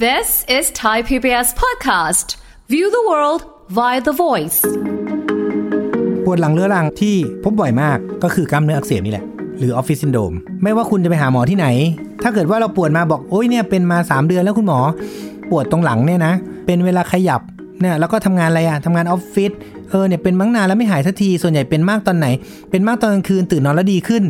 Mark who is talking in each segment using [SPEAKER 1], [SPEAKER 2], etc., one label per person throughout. [SPEAKER 1] This is Thai PBS podcast. View the world via the voice.
[SPEAKER 2] ปวดหลังเรื้อรังที่พบบ่อยมากก็คือกล้ามเนื้ออักเสบนี่แหละ หรือออฟฟิศซินโดมไม่ว่าคุณจะไปหาหมอที่ไหน ถ้าเกิดว่าเราปวดมาบอก โอ้ยเนี่ยเป็นมา 3 เดือนแล้วคุณหมอ ปวดตรงหลังเนี่ยนะ เป็นเวลาขยับเนี่ยแล้วก็ทำงานอะไรอะทำงานออฟฟิศเออเนี่ยเป็นมั้งนานแล้วไม่หายสักทีส่วนใหญ่เป็นมากตอนไหน เป็นมากตอนกลางคืนตื่นนอนแล้วดีขึ้น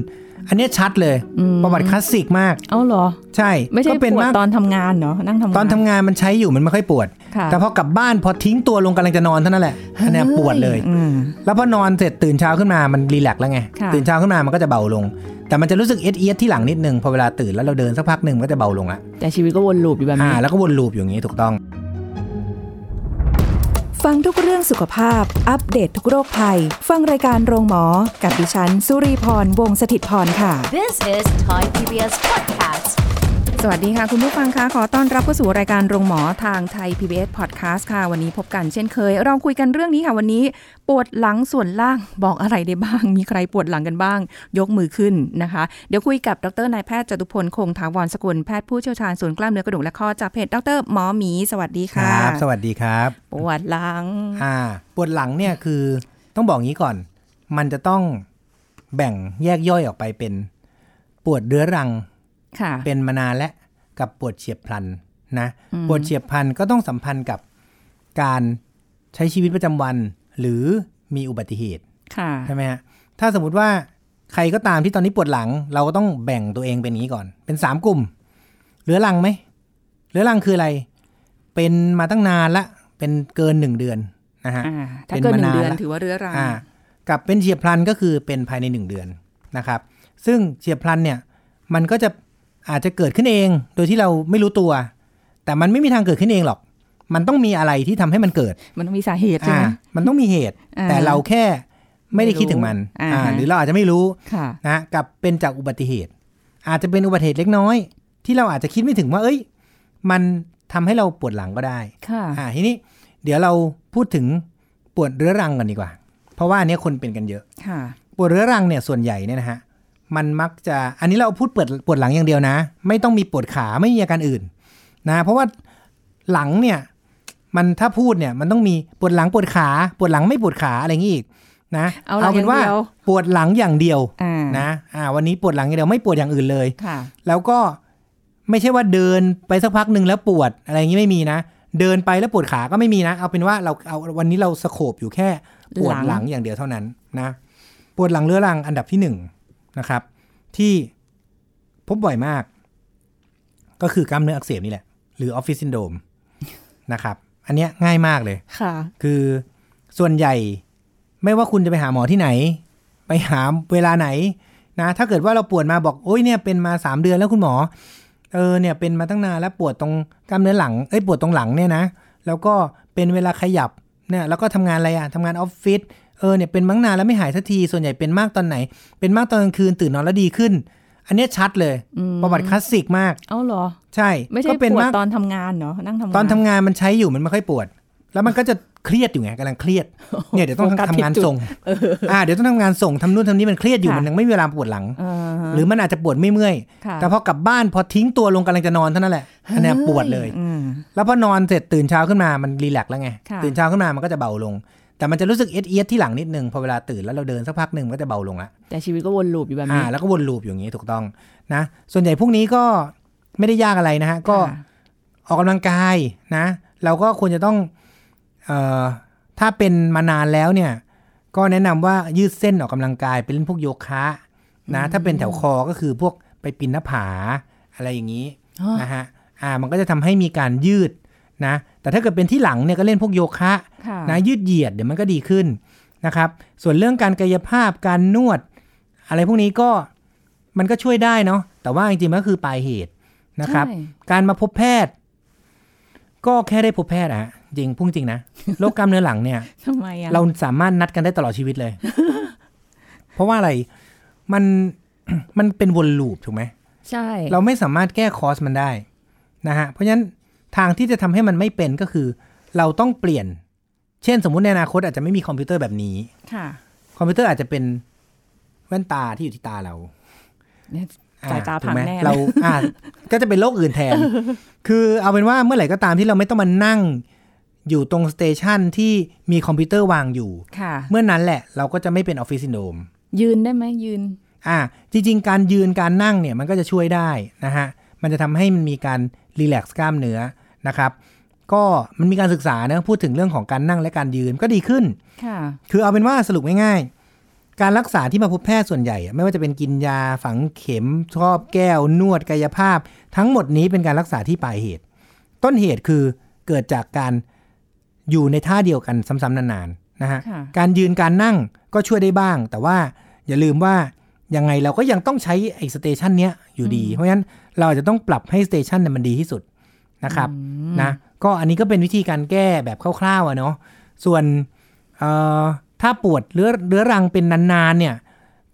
[SPEAKER 2] อันเนี้ยชัดเลยประวัติคลาสสิกมาก
[SPEAKER 3] เอาเหรอ
[SPEAKER 2] ใช่
[SPEAKER 3] ไม่ใช่
[SPEAKER 2] ก็
[SPEAKER 3] ป
[SPEAKER 2] เป็น
[SPEAKER 3] วด
[SPEAKER 2] มาก
[SPEAKER 3] ตอนทำงานเนาะนั่งทำงาน
[SPEAKER 2] ตอนทำงานมันใช้อยู่มันไม่ค่อยปวด
[SPEAKER 3] ค่ะ
[SPEAKER 2] แต่พอกลับบ้านพอทิ้งตัวลงกำลังจะนอนเท่านั้นแหละอันเนี้ยปวดเลย
[SPEAKER 3] อืม
[SPEAKER 2] แล้วพอนอนเสร็จตื่นเช้าขึ้นมามันรีแลกซ์แล้วไง
[SPEAKER 3] ค่ะ
[SPEAKER 2] ตื่นเช้าขึ้นมามันก็จะเบาลง แต่มันจะรู้สึกเอียดเอียดๆที่หลังนิดนึง พอเวลาตื่นแล้วเราเดินสักพักหนึ่งมันก็จะเบาลงละ
[SPEAKER 3] แต่ชีวิตก็วนลูปอยู่แบบ
[SPEAKER 2] อ่า
[SPEAKER 3] นี้
[SPEAKER 2] แล้วก็วนลูปอยู่อย่างนี้ถูกต้อง
[SPEAKER 4] ฟังทุกเรื่องสุขภาพ อัปเดตทุกโรคภัย ฟังรายการโรงหมอ กับดิฉัน สุรีพร วงศิตพรค่ะ
[SPEAKER 1] This is Thai PBS podcast.
[SPEAKER 4] สวัสดีค่ะ คุณผู้ฟังคะขอต้อนรับเข้าสู่รายการโรงหมอทางไทย PBS Podcast ค่ะ วันนี้พบกันเช่นเคย เราคุยกันเรื่องนี้ค่ะ วันนี้ปวดหลังส่วนล่างบอกอะไรได้บ้าง มีใครปวดหลังกันบ้าง ยกมือขึ้นนะคะ เดี๋ยวคุยกับดรนายแพทย์จตุพลคงถาวรสกุลแพทย์ผู้เชี่ยวชาญศูนย์กล้ามเนื้อกระดูกและข้อจากเพจดรหมอหมีสวัสดี
[SPEAKER 2] ค
[SPEAKER 4] ค่ะ
[SPEAKER 2] รับ สวัสดีครับ
[SPEAKER 4] ปวดหลัง
[SPEAKER 2] อ่า ปวดหลังเนี่ยคือต้องบอกงี้ก่อน มันจะต้องแบ่งแยกย่อยออกไปเป็น ปวดเรื้อรัง
[SPEAKER 4] ค่ะ
[SPEAKER 2] เป็นมานานและกับปวดเฉียบพลันนะปวดเฉียบพลันก็ต้องสัมพันธ์กับการใช้ชีวิตประจำวัน หรือมีอุบัติเหตุ
[SPEAKER 4] ค่ะ
[SPEAKER 2] ใช่ไหมฮะ ถ้าสมมติว่าใครก็ตามที่ตอนนี้ปวดหลัง เราก็ต้องแบ่งตัวเองเป็นอย่างนี้ก่อน เป็นสามกลุ่มเรื้อรังไหมเรื้อรังคืออะไร เป็นมาตั้งนานละ เป็นเกินหนึ่งเดือนนะฮะ
[SPEAKER 4] อ่าถ้าเกินหนึ่งเดือ
[SPEAKER 2] เป็นมานา
[SPEAKER 4] น
[SPEAKER 2] นละ
[SPEAKER 4] ถือว่าเรื้อรัง
[SPEAKER 2] อ่ากับเป็นเฉียบพลันก็คือเป็นภายในหนึ่งเดือนนะครับ ซึ่งเฉียบพลันเนี่ยมันก็จะอาจจะเกิดขึ้นเอง โดยที่เราไม่รู้ตัว แต่มันไม่มีทางเกิดขึ้นเองหรอก มันต้องมีอะไรที่ทำให้มันเกิด
[SPEAKER 4] มันต้องมีสาเหตุใช่ไหม
[SPEAKER 2] อ่ามันต้องมีเหตุ
[SPEAKER 4] อ่า
[SPEAKER 2] แต่เราแค่ไม่ได้คิดถึงมัน
[SPEAKER 4] อ่า
[SPEAKER 2] อ่าหรือเราอาจจะไม่รู้
[SPEAKER 4] ค่ะ
[SPEAKER 2] นะกับเป็นจากอุบัติเหตุ อาจจะเป็นอุบัติเหตุเล็กน้อย ที่เราอาจจะคิดไม่ถึงว่า เอ้ย มันทำให้เราปวดหลังก็ได้
[SPEAKER 4] ค่ะ
[SPEAKER 2] อ่าทีนี้เดี๋ยวเราพูดถึงปวดเรื้อรังกันดีกว่า เพราะว่าอันเนี้ยคนเป็นกันเยอะ
[SPEAKER 4] ค่ะ
[SPEAKER 2] ปวดเรื้อรังเนี่ยส่วนใหญ่เนี่ยนะฮะมันมักจะอันนี้เราพูดปวดปวดหลังอย่างเดียวนะ ไม่ต้องมีปวดขาไม่มีอาการอื่นนะเพราะว่าหลังเนี่ยมันถ้าพูดเนี่ยมันต้องมีปวดหลังปวดขา ปวดหลังไม่ปวดขาอะไรอย่างนี้อีกนะ
[SPEAKER 4] เอาหลัง
[SPEAKER 2] เป็นว่า
[SPEAKER 4] อย่างเดียว
[SPEAKER 2] ปวดหลังอย่างเดียว
[SPEAKER 4] อ่า
[SPEAKER 2] นะอ่าวันนี้ปวดหลังอย่างเดียวไม่ปวดอย่างอื่นเลย
[SPEAKER 4] ค่ะ
[SPEAKER 2] แล้วก็ไม่ใช่ว่าเดินไปสักพักหนึ่งแล้วปวดอะไรอย่างนี้ไม่มีนะ เดินไปแล้วปวดขาก็ไม่มีนะ เอาเป็นว่าเราเอาวันนี้เราสโคบอยู่แค่ปวดห
[SPEAKER 4] หลั
[SPEAKER 2] ลัง
[SPEAKER 4] ง
[SPEAKER 2] อย่างเดียวเท่านั้นนะปวดหลังเรื้อรังอันดับที่หนึ่งนะครับ ที่พบบ่อยมาก ก็คือกล้ามเนื้ออักเสบนี่แหละ หรือออฟฟิศซินโดมนะครับ อันเนี้ยง่ายมากเลย
[SPEAKER 4] ค่ะ
[SPEAKER 2] คือส่วนใหญ่ไม่ว่าคุณจะไปหาหมอที่ไหน ไปหาเวลาไหนนะถ้าเกิดว่าเราปวดมาบอกโอ้ยเนี่ยเป็นมาสามเดือนแล้วคุณหมอเออเนี่ยเป็นมาตั้งนานแล้วปวดตรงกล้ามเนื้อหลังเอ้ยปวดตรงหลังเนี่ยนะแล้วก็เป็นเวลาขยับเนี่ยแล้วก็ทำงานอะไรอะทำงานออฟฟิศเออเนี่ยเป็นมั้งนานแล้วไม่หายสักทีส่วนใหญ่เป็นมากตอนไหน เป็นมากตอนกลางคืนตื่นนอนแล้วดีขึ้น อันเนี้ยชัดเลยประวัติคลาสสิกมาก
[SPEAKER 3] เอาเหรอ
[SPEAKER 2] ใช่
[SPEAKER 3] ไม่ใช่
[SPEAKER 2] ก็เป็น
[SPEAKER 3] ปวด
[SPEAKER 2] มาก
[SPEAKER 3] ตอนทำงานเนาะนั่งทำงาน
[SPEAKER 2] ตอนทำงานมันใช้อยู่มันไม่ค่อยปวด แล้วมันก็จะเครียดอยู่ไงกำลังเครียดเนี่ยเดี๋ยวต้อง
[SPEAKER 3] โฟกัส
[SPEAKER 2] ทำงาน
[SPEAKER 3] ผิดจุด
[SPEAKER 2] ส่งอ่าเดี๋ยวต้องทำงานส่งทำนู่นทำนี่มันเครียดอยู่
[SPEAKER 3] ค่ะ
[SPEAKER 2] มันยังไม่มีเวลาปวดหลัง
[SPEAKER 3] เออ
[SPEAKER 2] หรือมันอาจจะปวดไม่เมื่อย
[SPEAKER 3] ค่ะ
[SPEAKER 2] แต่พอกลับบ้านพอทิ้งตัวลงกำลังจะนอนเท่านั้นแหละอันเนี้ยปวดเลย
[SPEAKER 3] อืม
[SPEAKER 2] แล้วพอนอนเสร็จตื่นเช้าขึ้นมามันรีแลกซ์แล้วไง
[SPEAKER 3] ค่ะ
[SPEAKER 2] ตื่นเช้าขึ้นมามันก็จะเบาลง แต่มันจะรู้สึกเอียดเอียดๆที่หลังนิดนึงพอเวลาตื่นแล้วเราเดินสักพักหนึ่งมันก็จะเบาลงละ
[SPEAKER 3] แต่ชีวิตก็วนลูปอยู่แบบ
[SPEAKER 2] อ่า
[SPEAKER 3] นี้
[SPEAKER 2] แล้วก็วนลูปอยู่อย่างนี้ถูกต้องนะ ส่วนใหญ่พวกนี้ก็ไม่ได้ยากอะไรนะฮะ ก็
[SPEAKER 3] ค่ะ
[SPEAKER 2] ออกกำลังกายนะ เราก็ควรจะต้องเอ่อถ้าเป็นมานานแล้วเนี่ย ก็แนะนำว่ายืดเส้นออกกำลังกายไปเล่นพวกโยคะนะ ถ้าเป็นแถวคอก็คือพวกไปปีนหน้าผาอะไรอย่างนี้
[SPEAKER 3] อ๋อ
[SPEAKER 2] นะฮะอ่ามันก็จะทำให้มีการยืดนะ แต่ถ้าเกิดเป็นที่หลังเนี่ยก็เล่นพวกโยคะ
[SPEAKER 3] ค่ะ
[SPEAKER 2] นะยืดเหยียดเดี๋ยวมันก็ดีขึ้นนะครับ ส่วนเรื่องการกายภาพการนวด อะไรพวกนี้ก็มันก็ช่วยได้เนาะแต่ว่าจริงๆมันก็คือปลายเหตุนะครับ
[SPEAKER 3] ใช่
[SPEAKER 2] การมาพบแพทย์ ก็แค่ได้พบแพทย์อะฮะจริงพุ่งจริงนะโรคกล้ามเนื้อหลังเนี่ย
[SPEAKER 3] ทำไมอะ
[SPEAKER 2] เราสามารถนัดกันได้ตลอดชีวิตเลย เพราะว่าอะไรมัน มันเป็นวนลูปถูกไหม
[SPEAKER 3] ใช่
[SPEAKER 2] เราไม่สามารถแก้คอร์สมันได้นะฮะ เพราะฉะนั้นทางที่จะทำให้มันไม่เป็นก็คือ เราต้องเปลี่ยน เช่นสมมุติในอนาคตอาจจะไม่มีคอมพิวเตอร์แบบนี้
[SPEAKER 3] ค่ะ
[SPEAKER 2] คอมพิวเตอร์อาจจะเป็นแว่นตาที่อยู่ที่ตาเรา อ่
[SPEAKER 3] สายตา
[SPEAKER 2] ถูกไหม
[SPEAKER 3] พังแน่
[SPEAKER 2] เราอ่าก็จะเป็นโรคอื่นแท น คือเอาเป็นว่าเมื่อไหร่ก็ตามที่เราไม่ต้องมานั่ง อยู่ตรงสเตชันที่มีคอมพิวเตอร์วางอยู่
[SPEAKER 4] ค่ะ
[SPEAKER 2] เมื่อนั้นแหละเราก็จะไม่เป็นออฟฟิศซินโดม
[SPEAKER 3] ยืนได้ไหมยืน
[SPEAKER 2] อ่าจริงๆ การยืนการนั่งเนี่ยมันก็จะช่วยได้นะฮะ มันจะทำให้มันมีการรีแลกซ์กล้ามเนื้อนะครับ ก็มันมีการศึกษานะพูดถึงเรื่องของการนั่งและการยืนก็ดีขึ้น
[SPEAKER 4] ค่ะ
[SPEAKER 2] คือเอาเป็นว่าสรุปง่ายๆ การรักษาที่มาพบแพทย์ส่วนใหญ่อะไม่ว่าจะเป็นกินยาฝังเข็มชอบแก้วนวดกายภาพ ทั้งหมดนี้เป็นการรักษาที่ปลายเหตุ ต้นเหตุคือเกิดจากการอยู่ในท่าเดียวกันซ้ำๆนานๆนะฮะ
[SPEAKER 4] ค่ะ
[SPEAKER 2] การยืนการนั่งก็ช่วยได้บ้าง แต่ว่าอย่าลืมว่ายังไงเราก็ยังต้องใช้ไอ้สเตชันเนี้ยอยู่ดี เพราะฉะนั้นเราอาจจะต้องปรับให้สเตชันเนี่ยมันดีที่สุดนะครับนะก็อันนี้ก็เป็นวิธีการแก้แบบคร่าวๆอะเนาะส่วน เอ่อถ้าปวดเรื้อเรื้อรังเป็นนานๆเนี่ย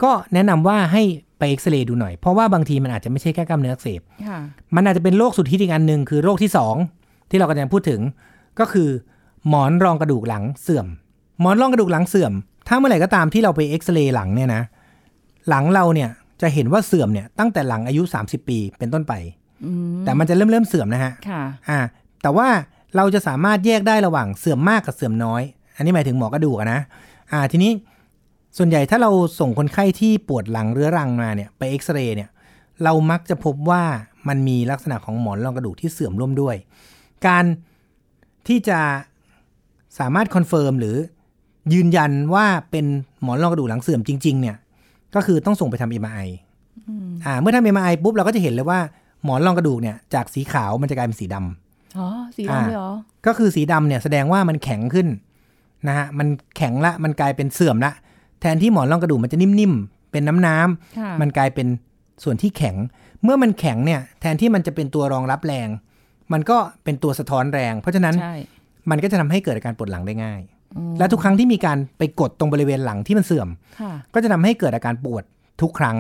[SPEAKER 2] ก็แนะนำว่าให้ไปเอ็กซเรย์ดูหน่อย เพราะว่าบางทีมันอาจจะไม่ใช่แค่กล้ามเนื้ออักเสบ
[SPEAKER 4] ค่ะ
[SPEAKER 2] มันอาจจะเป็นโรคสุดฮิตอีกอันหนึ่งคือโรคที่ 2 ที่เรากำลังพูดถึง ก็คือหมอนรองกระดูกหลังเสื่อม หมอนรองกระดูกหลังเสื่อม ถ้าเมื่อไหร่ก็ตามที่เราไปเอ็กซเรย์หลังเนี่ยนะหลังเราเนี่ยจะเห็นว่าเสื่อมเนี่ยตั้งแต่หลังอายุ 30 ปีเป็นต้นไป
[SPEAKER 4] อืม
[SPEAKER 2] แต่มันจะเริ่มเริ่มๆเสื่อมนะฮะ
[SPEAKER 4] ค่ะ
[SPEAKER 2] อ่าแต่ว่าเราจะสามารถแยกได้ระหว่างเสื่อมมากกับเสื่อมน้อย อันนี้หมายถึงหมอกระดูกอะนะอ่าทีนี้ส่วนใหญ่ถ้าเราส่งคนไข้ที่ปวดหลังเรื้อรังมาเนี่ยไปเอ็กซเรย์เนี่ยเรามักจะพบว่ามันมีลักษณะของหมอนรองกระดูกที่เสื่อมร่วมด้วย การที่จะสามารถคอนเฟิร์มหรือยืนยันว่าเป็นหมอนรองกระดูกหลังเสื่อมจริงๆเนี่ยก็คือต้องส่งไปทำ MRI อ่าเมื่อทำ MRI ปุ๊บเราก็จะเห็นเลยว่าหมอนรองกระดูกเนี่ยจากสีขาวมันจะกลายเป็นสีดำ
[SPEAKER 3] อ๋อสี
[SPEAKER 2] อ่า
[SPEAKER 3] ดำเลยเหรอ
[SPEAKER 2] ก็คือสีดำเนี่ยแสดงว่ามันแข็งขึ้นนะฮะมันแข็งละมันกลายเป็นเสื่อมละ แทนที่หมอนรองกระดูกมันจะนิ่มๆ เป็นน้ำ
[SPEAKER 4] ค่ะ
[SPEAKER 2] ๆมันกลายเป็นส่วนที่แข็ง เมื่อมันแข็งเนี่ยแทนที่มันจะเป็นตัวรองรับแรง มันก็เป็นตัวสะท้อนแรง เพราะฉะนั้น
[SPEAKER 4] ใช่
[SPEAKER 2] มันก็จะทำให้เกิดอาการปวดหลังได้ง่าย และทุกครั้งที่มีการไปกดตรงบริเวณหลังที่มันเสื่อม
[SPEAKER 4] ค่ะ
[SPEAKER 2] ก็จะทำให้เกิดอาการปวดทุกครั้ง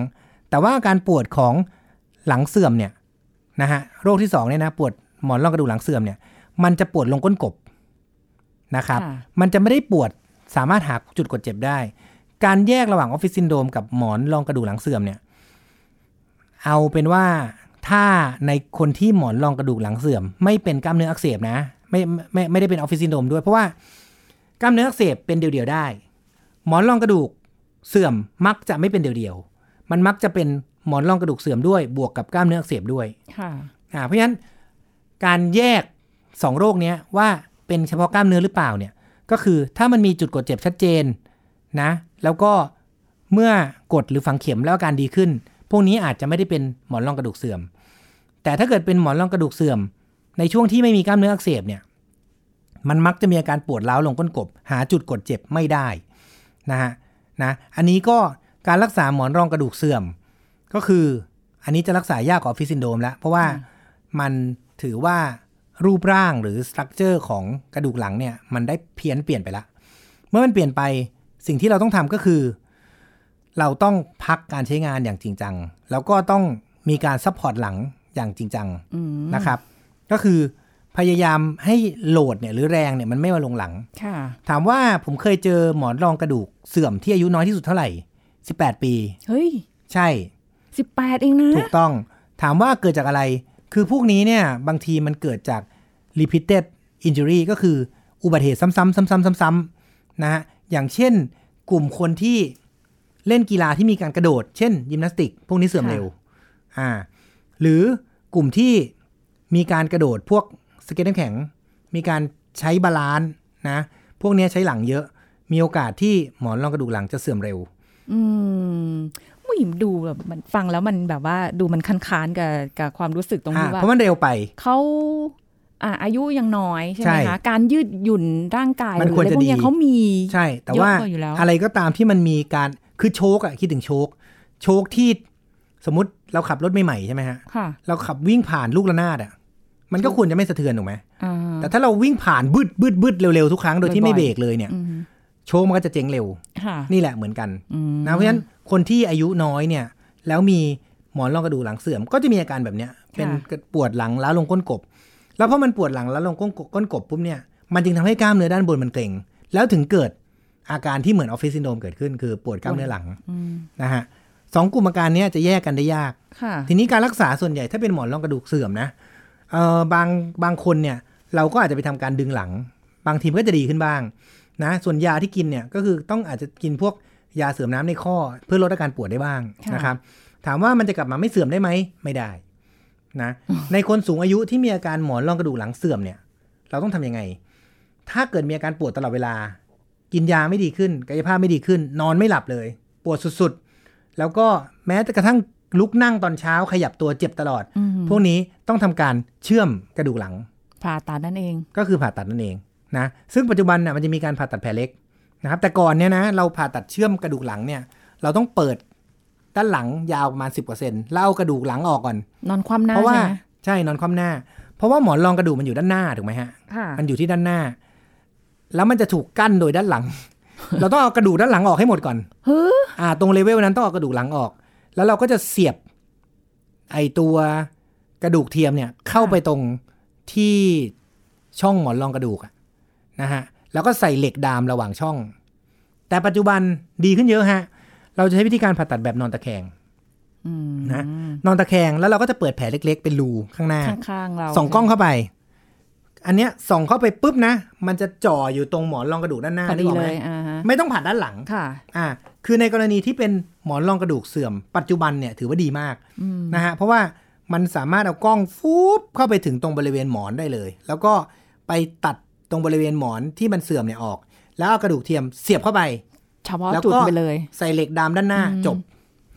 [SPEAKER 2] แต่ว่าอาการปวดของหลังเสื่อมเนี่ยนะฮะโรคที่สองเนี่ยนะปวดหมอนรองกระดูกหลังเสื่อมเนี่ยมันจะปวดลงก้นกบนะครับ
[SPEAKER 4] ค่ะ
[SPEAKER 2] มันจะไม่ได้ปวดสามารถหาจุดกดเจ็บได้ การแยกระหว่างออฟฟิศซินโดมกับหมอนรองกระดูกหลังเสื่อมเนี่ยเอาเป็นว่าถ้าในคนที่หมอนรองกระดูกหลังเสื่อม ไม่เป็นกล้ามเนื้ออักเสบนะไม่ไมไม่ไม่ได้เป็นออฟฟิศซินโดมด้วยเพราะว่ากล้ามเนื้ออักเสบเป็นเดี่ยวๆได้ หมอนรองกระดูก เสื่อมมักจะไม่เป็นเดียวๆ มันมักจะเป็นหมอนรองกระดูกเสื่อมด้วยบวกกับกล้ามเนื้ออักเสบด้วย
[SPEAKER 4] ค่ะ
[SPEAKER 2] อ่าเพราะฉะนั้นการแยก 2 โรคเนี้ยว่าเป็นเฉพาะกล้ามเนื้อหรือเปล่าเนี่ยก็คือถ้ามันมีจุดกดเจ็บชัดเจนนะแล้วก็เมื่อกดหรือฝังเข็มแล้วอาการดีขึ้น พวกนี้อาจจะไม่ได้เป็นหมอนรองกระดูกเสื่อม แต่ถ้าเกิดเป็นหมอนรองกระดูกเสื่อม ในช่วงที่ไม่มีกล้ามเนื้ออักเสบเนี่ยมันมักจะมีอาการปวดร้าวลงก้นกบ หาจุดกดเจ็บไม่ได้นะฮะ นะอันนี้ก็การรักษาหมอนรองกระดูกเสื่อม ก็คืออันนี้จะรักษายากกว่าออฟฟิศซินโดรมแล้ว เพราะว่ามันถือว่ารูปร่างหรือสตรัคเจอร์ของกระดูกหลังเนี่ย มันได้เพี้ยนเปลี่ยนไปละ เมื่อมันเปลี่ยนไปสิ่งที่เราต้องทำก็คือ เราต้องพักการใช้งานอย่างจริงจัง แล้วก็ต้องมีการซัพพอร์ตหลังอย่างจริงจังนะครับ ก็คือพยายามให้โหลดเนี่ยหรือแรงเนี่ยมันไม่มาลงหลัง
[SPEAKER 4] ค่ะ
[SPEAKER 2] ถามว่าผมเคยเจอหมอนรองกระดูกเสื่อมที่อายุน้อยที่สุดเท่าไหร่ 18 ปี
[SPEAKER 4] เฮ้ย
[SPEAKER 2] ใช่
[SPEAKER 4] สิบแปดเองนะ
[SPEAKER 2] ถูกต้อง ถามว่าเกิดจากอะไร คือพวกนี้เนี่ย บางทีมันเกิดจาก repeated injury ก็คืออุบัติเหตุซ้ำๆซ้ำๆซ้ำๆนะฮะ อย่างเช่น กลุ่มคนที่เล่นกีฬาที่มีการกระโดด เช่น ยิมนาสติก พวกนี้เสื่อม
[SPEAKER 4] ค่ะ
[SPEAKER 2] เร็ว อ่า หรือกลุ่มที่มีการกระโดดพวกสเก็ตน้ำแข็ง มีการใช้บาลานซ์นะ พวกเนี้ยใช้หลังเยอะ มีโอกาสที่หมอนรองกระดูกหลังจะเสื่อมเร็ว
[SPEAKER 4] อืมอุ้ยดูแบบมันฟังแล้วมันแบบว่าดูมันคันค้านๆกับกับความรู้สึกตรง
[SPEAKER 2] อ่า
[SPEAKER 4] ที่ว่า
[SPEAKER 2] เพราะมันเร็วไป
[SPEAKER 4] เขาอ่าอายุยังน้อยใช่ไห
[SPEAKER 2] ใช่
[SPEAKER 4] มคะ การยืดหยุ่นร่างกาย
[SPEAKER 2] มัน
[SPEAKER 4] หรือ
[SPEAKER 2] ควร
[SPEAKER 4] อะไร
[SPEAKER 2] จะ
[SPEAKER 4] พวกเนี้ย
[SPEAKER 2] ดี
[SPEAKER 4] เขามี
[SPEAKER 2] ใช่ แต่ว่า
[SPEAKER 4] เยอะกว่าอยู่แล้ว
[SPEAKER 2] อะไรก็ตามที่มันมีการคือโชกอะคิดถึงโชกโชกที่สมมติเราขับรถใหม่ๆใช่ไหมฮะ
[SPEAKER 4] ค่ะ
[SPEAKER 2] เราขับวิ่งผ่านลูกระนาดอะมันก็ควรจะไม่สะเทือนถูกไหม
[SPEAKER 4] อ่า
[SPEAKER 2] แต่ถ้าเราวิ่งผ่านบึดบึดบึดเร็วๆทุกครั้งโดยที่ไม่เบรกเลยเนี่ย
[SPEAKER 4] อืม
[SPEAKER 2] โชกมันก็จะเจ๊งเร็ว
[SPEAKER 4] ค่ะ
[SPEAKER 2] นี่แหละเหมือนกัน
[SPEAKER 4] อืม
[SPEAKER 2] นะเพราะฉะนั้นคนที่อายุน้อยเนี่ย แล้วมีหมอนรองกระดูกหลังเสื่อม ก็จะมีอาการแบบเนี้ยเป็นปวดหลังล้าวลงก้นกบ แล้วพอมันปวดหลังล้าวลงก้นกบก้นกบปุ๊บเนี่ยมันจึงทำให้กล้ามเนื้อด้านบนมันเกร็งแล้วถึงเกิดอาการที่เหมือนออฟฟิศซินโดรมเกิดขึ้นคือปวดกล้ามเนื้อหลังนะฮะ สองกลุ่มอาการเนี้ยจะแยกกันได้ยาก
[SPEAKER 4] ค่ะ
[SPEAKER 2] ทีนี้การรักษาส่วนใหญ่ถ้าเป็นหมอนรองกระดูกเสื่อมนะเออบางบางคนเนี่ยเราก็อาจจะไปทำการดึงหลัง บางทีมนก็จะดีขึ้นบ้างนะส่วนยาที่กินเนี่ยก็คือต้องอาจจะกินพวกยาเสริมน้ำในข้อ เพื่อลดอาการปวดได้บ้าง
[SPEAKER 4] ค่ะ
[SPEAKER 2] นะครับถามว่ามันจะกลับมาไม่เสื่อมได้ไหมไม่ได้ นะในคนสูงอายุที่มีอาการหมอนรองกระดูกหลังเสื่อมเนี่ยเราต้องทำยังไง ถ้าเกิดมีอาการปวดตลอดเวลา กินยาไม่ดีขึ้น กายภาพไม่ดีขึ้น นอนไม่หลับเลย ปวดสุดๆ แล้วก็แม้แต่กระทั่งลุกนั่งตอนเช้าขยับตัวเจ็บตลอด
[SPEAKER 4] อืม
[SPEAKER 2] พวกนี้ต้องทำการเชื่อมกระดูกหลัง
[SPEAKER 4] ผ่าตัดนั่นเอง
[SPEAKER 2] ก็คือผ่าตัดนั่นเองนะซึ่งปัจจุบันน่ะมันจะมีการผ่าตัดแผลเล็กนะครับแต่ก่อนเนี่ยนะเราผ่าตัดเชื่อมกระดูกหลังเนี่ยเราต้องเปิดด้านหลังยาวประมาณ 10กว่าเซนแล้วเอากระดูกหลังออกก่อน
[SPEAKER 4] นอนคว่ำหน้า
[SPEAKER 2] เพราะว่า
[SPEAKER 4] ใช่ไหม
[SPEAKER 2] ใช่นอนคว่ำหน้า เพราะว่าหมอนรองกระดูกมันอยู่ด้านหน้าถูกไหมฮะ
[SPEAKER 4] ค่ะ
[SPEAKER 2] มันอยู่ที่ด้านหน้า แล้วมันจะถูกกั้นโดยด้านหลัง เราต้องเอากระดูกด้านหลังออกให้หมดก่อน
[SPEAKER 4] เฮ้อ
[SPEAKER 2] อ่า ตรงเลเวลนั้นต้องเอากระดูกหลังออก แล้วเราก็จะเสียบ ไอตัวกระดูกเทียมเนี่ย เข้าไปตรงที่ช่องหมอนรองกระดูกอะนะฮะ แล้วก็ใส่เหล็กดามระหว่างช่อง แต่ปัจจุบันดีขึ้นเยอะฮะ เราจะใช้วิธีการผ่าตัดแบบนอนตะแคง
[SPEAKER 4] อืม
[SPEAKER 2] นะ นอนตะแคงแล้วเราก็จะเปิดแผลเล็ก ๆ เป็นรูข้างหน้า
[SPEAKER 4] ข้างๆเรา
[SPEAKER 2] ส่องกล้องเข้าไป อันเนี้ยส่องเข้าไปปุ๊บนะ มันจะจ่ออยู่ตรงหมอนรองกระดูกด้านหน้า
[SPEAKER 4] พอดี
[SPEAKER 2] นึกกไห
[SPEAKER 4] เล
[SPEAKER 2] ม
[SPEAKER 4] ยอ่าฮะ
[SPEAKER 2] ไม่ต้องผ่านด้านหลัง
[SPEAKER 4] ค่ะ
[SPEAKER 2] อ่า คือในกรณีที่เป็นหมอนรองกระดูกเสื่อม ปัจจุบันเนี่ยถือว่าดีมาก
[SPEAKER 4] อืม
[SPEAKER 2] นะฮะ เพราะว่ามันสามารถเอากล้องฟูบเข้าไปถึงตรงบริเวณหมอนได้เลย แล้วก็ไปตัดตรงบริเวณหมอนที่มันเสื่อมเนี่ยออก แล้วเอากระดูกเทียมเสียบเข้าไป
[SPEAKER 4] เฉพาะ
[SPEAKER 2] แล้วก็
[SPEAKER 4] จุดไปเลย
[SPEAKER 2] ใส่เหล็กดามด้านหน้า
[SPEAKER 4] อืม
[SPEAKER 2] จบ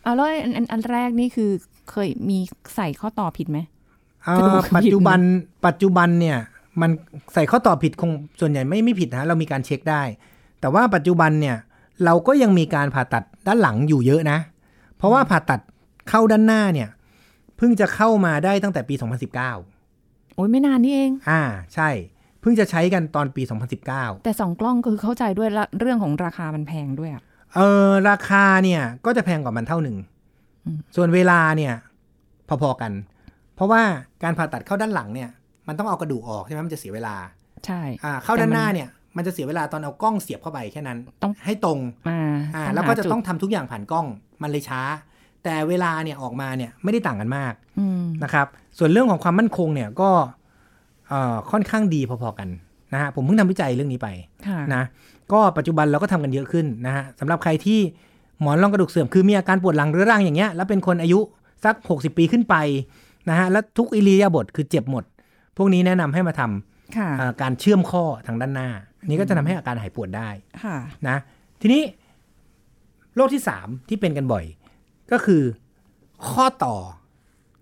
[SPEAKER 4] เอาแล้วอันอันอันแรกนี่คือเคยมีใส่ข้อต่อผิดไหม
[SPEAKER 2] เอ่อก
[SPEAKER 4] ระดูกผิด
[SPEAKER 2] ปัจจุบันปัจจุบันเนี่ยมันใส่ข้อต่อผิดคงส่วนใหญ่ไม่ไม่ผิดนะฮะเรามีการเช็คได้ แต่ว่าปัจจุบันเนี่ยเราก็ยังมีการผ่าตัดด้านหลังอยู่เยอะนะ เพราะว่าผ่าตัดเข้าด้านหน้าเนี่ยเพิ่งจะเข้ามาได้ตั้งแต่ปี 2019
[SPEAKER 4] โอ้ยไม่นานนี่เอง
[SPEAKER 2] อ่าใช่ เพิ่งจะใช้กันตอนปี 2019
[SPEAKER 4] แต่สองกล้องก็คือเข้าใจด้วยละเรื่องของราคามันแพงด้วยอะ
[SPEAKER 2] เออราคาเนี่ยก็จะแพงกว่ามันเท่าหนึ่ง
[SPEAKER 4] อืม
[SPEAKER 2] ส่วนเวลาเนี่ยพอๆกัน เพราะว่าการผ่าตัดเข้าด้านหลังเนี่ยมันต้องเอากระดูกออกใช่ไหมมันจะเสียเวลา
[SPEAKER 4] ใช่
[SPEAKER 2] อ่าเข้า
[SPEAKER 4] แต่
[SPEAKER 2] ด้าน
[SPEAKER 4] มัน
[SPEAKER 2] หน้าเนี่ยมันจะเสียเวลาตอนเอากล้องเสียบเข้าไปแค่นั้น
[SPEAKER 4] ต้อง
[SPEAKER 2] ให้ตรง
[SPEAKER 4] มา
[SPEAKER 2] อ่า
[SPEAKER 4] หา
[SPEAKER 2] แล้วก็จะต้องทำทุกอย่างผ่านกล้องมันเลยช้า แต่เวลาเนี่ยออกมาเนี่ยไม่ได้ต่างกันมาก
[SPEAKER 4] อืม
[SPEAKER 2] นะครับส่วนเรื่องของความมั่นคงเนี่ยก็เอ่อค่อนข้างดีพอๆกันนะฮะผมเพิ่งทำวิจัยเรื่องนี้ไป
[SPEAKER 4] ค่ะ
[SPEAKER 2] นะก็ปัจจุบันเราก็ทำกันเยอะขึ้นนะฮะสำหรับใครที่หมอนรองกระดูกเสื่อมคือมีอาการปวดหลังเรื้อรังอย่างเงี้ยแล้วเป็นคนอายุสัก 60 ปีขึ้นไปนะฮะและทุกอิริยาบถคือเจ็บหมด พวกนี้แนะนำให้มาทำ
[SPEAKER 4] ค่ะ
[SPEAKER 2] อ่าการเชื่อมข้อทางด้านหน้า อันนี้ก็จะทำให้อาการหายปวดได้
[SPEAKER 4] ค่ะ
[SPEAKER 2] นะ ทีนี้โรคที่สามที่เป็นกันบ่อย ก็คือข้อต่อ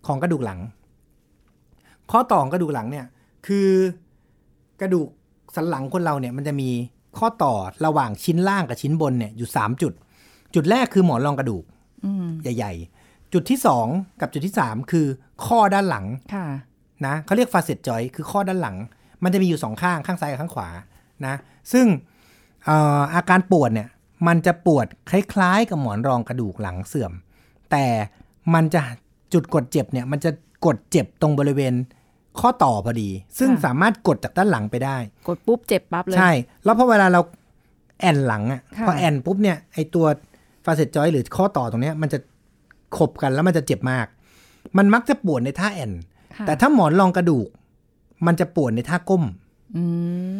[SPEAKER 2] ของกระดูกหลัง ข้อต่อของกระดูกหลังเนี่ยคือกระดูกสันหลังคนเราเนี่ยมันจะมีข้อต่อระหว่างชิ้นล่างกับชิ้นบนเนี่ยอยู่สามจุด จุดแรกคือหมอนรองกระดูก
[SPEAKER 4] อืม
[SPEAKER 2] ใหญ่ ๆ จุดที่สองกับจุดที่สามคือข้อด้านหลัง
[SPEAKER 4] ค่ะ
[SPEAKER 2] นะเขาเรียกฟาเซตจอย คือข้อด้านหลัง มันจะมีอยู่สองข้าง ข้างซ้ายกับข้างขวานะซึ่งเอ่ออาการปวดเนี่ยมันจะปวดคล้ายๆ กับหมอนรองกระดูกหลังเสื่อม แต่มันจะจุดกดเจ็บเนี่ยมันจะกดเจ็บตรงบริเวณข้อต่อพอดี ซึ่ง
[SPEAKER 4] ค่ะ
[SPEAKER 2] สามารถกดจากด้านหลังไปได้
[SPEAKER 4] กดปุ๊บเจ็บปั๊บเลย
[SPEAKER 2] ใช่ แล้วพอเวลาเราแอนหลังอ่ะ
[SPEAKER 4] ค่ะ
[SPEAKER 2] พอแอนปุ๊บเนี่ยไอตัวฟาเซตจอยหรือข้อต่อตรงเนี้ยมันจะขบกันแล้วมันจะเจ็บมาก มันมักจะปวดในท่าแอน
[SPEAKER 4] ค่ะ
[SPEAKER 2] แต่ถ้าหมอนรองกระดูก มันจะปวดในท่าก้ม
[SPEAKER 4] อื